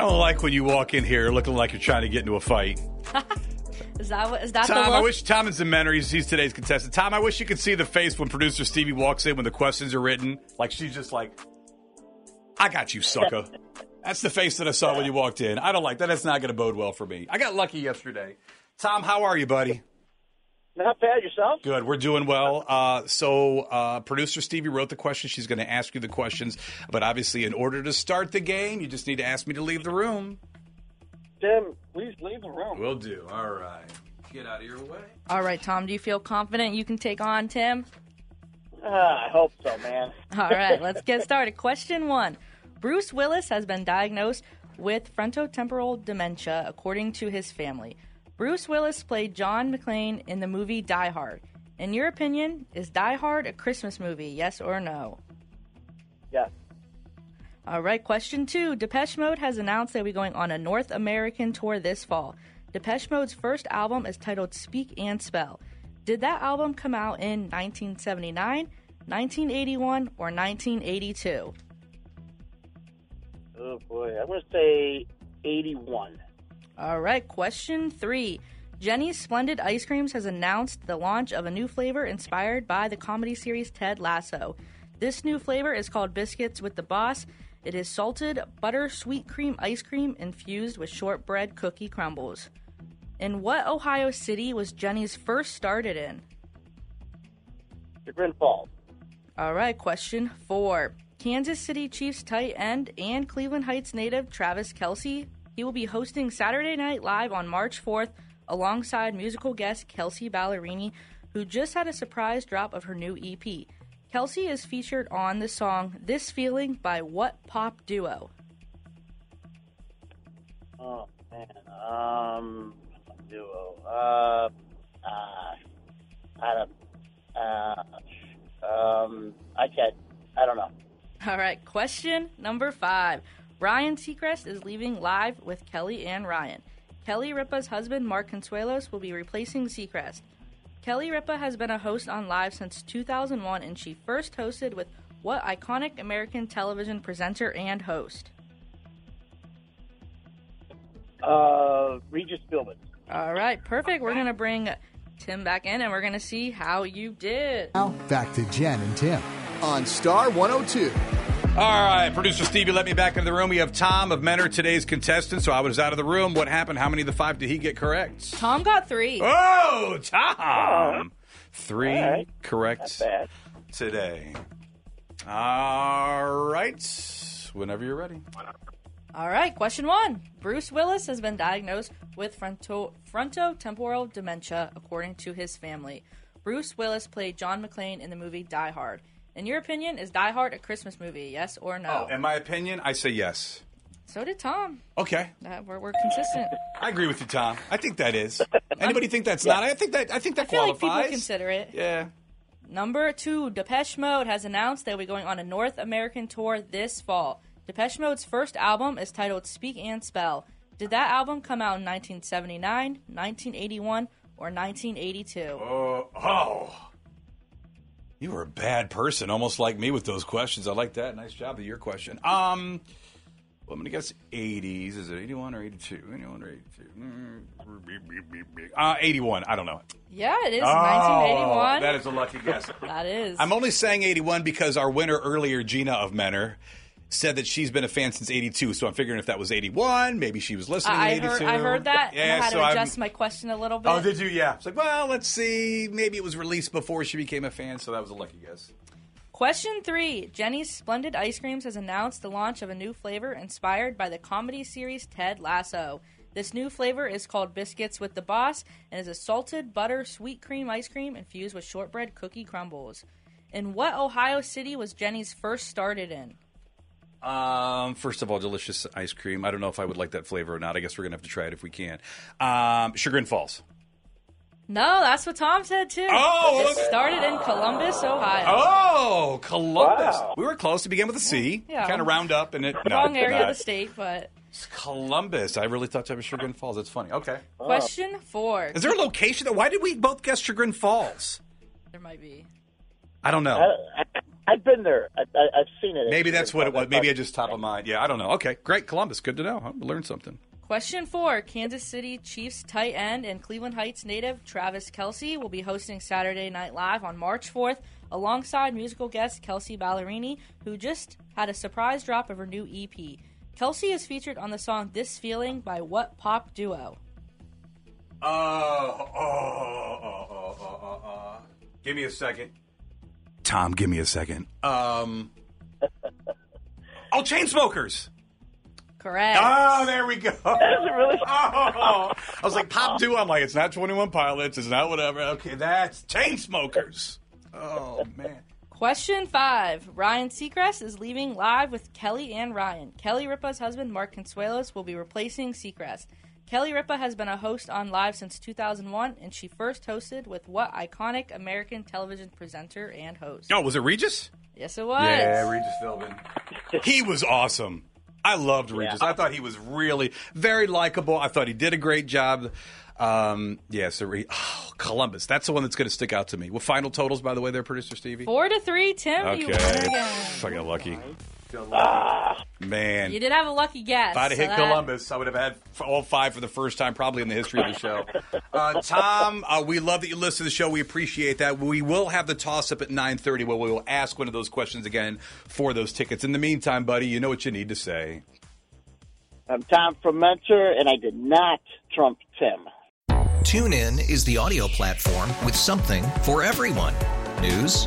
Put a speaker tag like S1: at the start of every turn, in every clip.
S1: I don't like when you walk in here looking like you're trying to get into a fight.
S2: Is that what, is that
S1: Tom,
S2: the
S1: I
S2: look?
S1: wish Tom is in mentor. He's, he's today's contestant. Tom, I wish you could see the face when producer Stevie walks in when the questions are written. Like she's just like, "I got you, sucker." That's the face that I saw when you walked in. I don't like that. That's not going to bode well for me. I got lucky yesterday. Tom, how are you, buddy?
S3: Not bad yourself.
S1: Good. We're doing well. Uh, so, uh, producer Stevie wrote the questions. She's going to ask you the questions, but obviously, in order to start the game, you just need to ask me to leave the room.
S3: Tim, please leave the room.
S1: Will do. All right. Get out of your way.
S2: All right, Tom, do you feel confident you can take on Tim?
S3: Ah, I hope so, man.
S2: All right, let's get started. Question one Bruce Willis has been diagnosed with frontotemporal dementia, according to his family. Bruce Willis played John McClane in the movie Die Hard. In your opinion, is Die Hard a Christmas movie? Yes or no?
S3: Yes.
S2: All right, question two. Depeche Mode has announced they'll be going on a North American tour this fall. Depeche Mode's first album is titled Speak and Spell. Did that album come out in 1979, 1981, or 1982?
S3: Oh boy, I'm gonna say 81.
S2: All right, question three. Jenny's Splendid Ice Creams has announced the launch of a new flavor inspired by the comedy series Ted Lasso. This new flavor is called Biscuits with the Boss. It is salted butter sweet cream ice cream infused with shortbread cookie crumbles. In what Ohio city was Jenny's first started in?
S3: Chagrin Falls.
S2: All right, question four. Kansas City Chiefs tight end and Cleveland Heights native Travis Kelsey. He will be hosting Saturday Night Live on March 4th alongside musical guest Kelsey Ballerini, who just had a surprise drop of her new EP. Kelsey is featured on the song This Feeling by what pop duo?
S3: Oh man. Um, duo. Uh, uh, I don't. Uh, um, I can't. I don't know.
S2: All right, question number five. Ryan Seacrest is leaving live with Kelly and Ryan. Kelly Ripa's husband, Mark Consuelos, will be replacing Seacrest. Kelly Ripa has been a host on Live since 2001, and she first hosted with what iconic American television presenter and host?
S3: Uh, Regis Philbin.
S2: All right, perfect. We're going to bring Tim back in, and we're going to see how you did.
S4: Now, back to Jen and Tim on Star 102.
S1: All right, producer Stevie, let me back into the room. We have Tom of Mentor, today's contestant. So I was out of the room. What happened? How many of the five did he get correct?
S2: Tom got three.
S1: Oh, Tom! Three
S3: All right.
S1: correct
S3: Bad.
S1: today. All right, whenever you're ready.
S2: All right, question one. Bruce Willis has been diagnosed with fronto- frontotemporal dementia, according to his family. Bruce Willis played John McClane in the movie Die Hard. In your opinion, is Die Hard a Christmas movie? Yes or no?
S1: In my opinion, Oh, I say yes.
S2: so did Tom.
S1: Okay,
S2: Uh, we're, we're consistent.
S1: I agree with you, Tom. I think that is. Anybody think that's not? I think that I think that
S2: I feel like
S1: qualifies.
S2: people consider it.
S1: yeah.
S2: Number two, Depeche Mode has announced they'll be going on a North American tour this fall. Depeche Mode's first album is titled Speak and Spell. Did that album come out in 1979, 1981, or 1982?
S1: Oh, oh. You were a bad person, almost like me with those questions. I like that. Nice job of your question. Um, well, I'm gonna guess 80s. Is it 81 or 82? 81 or 82? Uh, 81. I don't know.
S2: Yeah, it is
S1: Oh,
S2: 1981.
S1: that is a lucky guess.
S2: that is.
S1: I'm only saying 81 because our winner earlier, Gina of Menor, said that she's been a fan since 82. So I'm figuring if that was 81, maybe she was listening.
S2: I, I
S1: in 82.
S2: heard, I heard that.
S1: Yeah,
S2: and I had
S1: so
S2: to
S1: I'm-
S2: adjust my question a little bit.
S1: Oh, did you? Yeah. It's like, well, let's see. Maybe it was released before she became a fan, so that was a lucky guess.
S2: Question three Jenny's Splendid Ice Creams has announced the launch of a new flavor inspired by the comedy series Ted Lasso. This new flavor is called Biscuits with the Boss and is a salted butter sweet cream ice cream infused with shortbread cookie crumbles. In what Ohio city was Jenny's first started in?
S1: Um, first of all, delicious ice cream. I don't know if I would like that flavor or not. I guess we're gonna have to try it if we can. Um, Sugar and Falls.
S2: No, that's what Tom said too.
S1: Oh,
S2: it started in Columbus, Ohio.
S1: Oh, Columbus.
S3: Wow.
S1: We were close. It began with a C.
S2: Yeah.
S1: Kind of round up and it. no,
S2: Wrong area
S1: Oh, not.
S2: of the state, but
S1: It's Columbus. I really thought that was Chagrin Falls. That's funny. Okay.
S2: question four.
S1: Is there a location that? Why did we both guess Chagrin Falls?
S2: There might be.
S1: I don't know.
S3: I, I, I've been there. I, I, I've seen it.
S1: Maybe that's what it was. Maybe I just top of mind. Yeah, I don't know. Okay, great. Columbus. Good to know. I learned something.
S2: Question four Kansas City Chiefs tight end and Cleveland Heights native Travis Kelsey will be hosting Saturday Night Live on March 4th alongside musical guest Kelsey Ballerini, who just had a surprise drop of her new EP. Kelsey is featured on the song This Feeling by what pop duo?
S1: Oh, oh, oh, oh, oh, oh, oh. Give me a second. Tom, give me a second. Um. Oh, Chainsmokers.
S2: Correct.
S1: Oh, there we go.
S3: really.
S1: Oh, I was like, pop two. I'm like, it's not 21 Pilots. It's not whatever. Okay, that's Chainsmokers. Oh, man.
S2: Question five Ryan Seacrest is leaving live with Kelly and Ryan. Kelly Ripa's husband, Mark Consuelos, will be replacing Seacrest. Kelly Ripa has been a host on live since 2001, and she first hosted with what iconic American television presenter and host?
S1: Oh, was it Regis?
S2: Yes, it was.
S1: Yeah, Regis Philbin. he was awesome. I loved Regis. I thought he was really very likable. I thought he did a great job. Um, yeah, so Re- oh, Columbus. That's the one that's going to stick out to me. With final totals, by the way, there, producer Stevie.
S2: Four to three, Tim. You won
S1: Okay,
S2: again.
S1: fucking lucky. Man,
S2: You did have a lucky guess.
S1: if I'd have
S2: so
S1: hit
S2: that-
S1: Columbus, I would have had f- all five for the first time, probably in the history of the show. Uh, Tom, uh, we love that you listen to the show. We appreciate that. We will have the toss up at nine thirty, where we will ask one of those questions again for those tickets. In the meantime, buddy, you know what you need to say.
S3: I'm Tom from Mentor, and I did not trump Tim.
S5: TuneIn is the audio platform with something for everyone. News,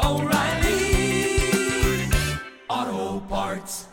S6: oh, O'Reilly Auto Parts.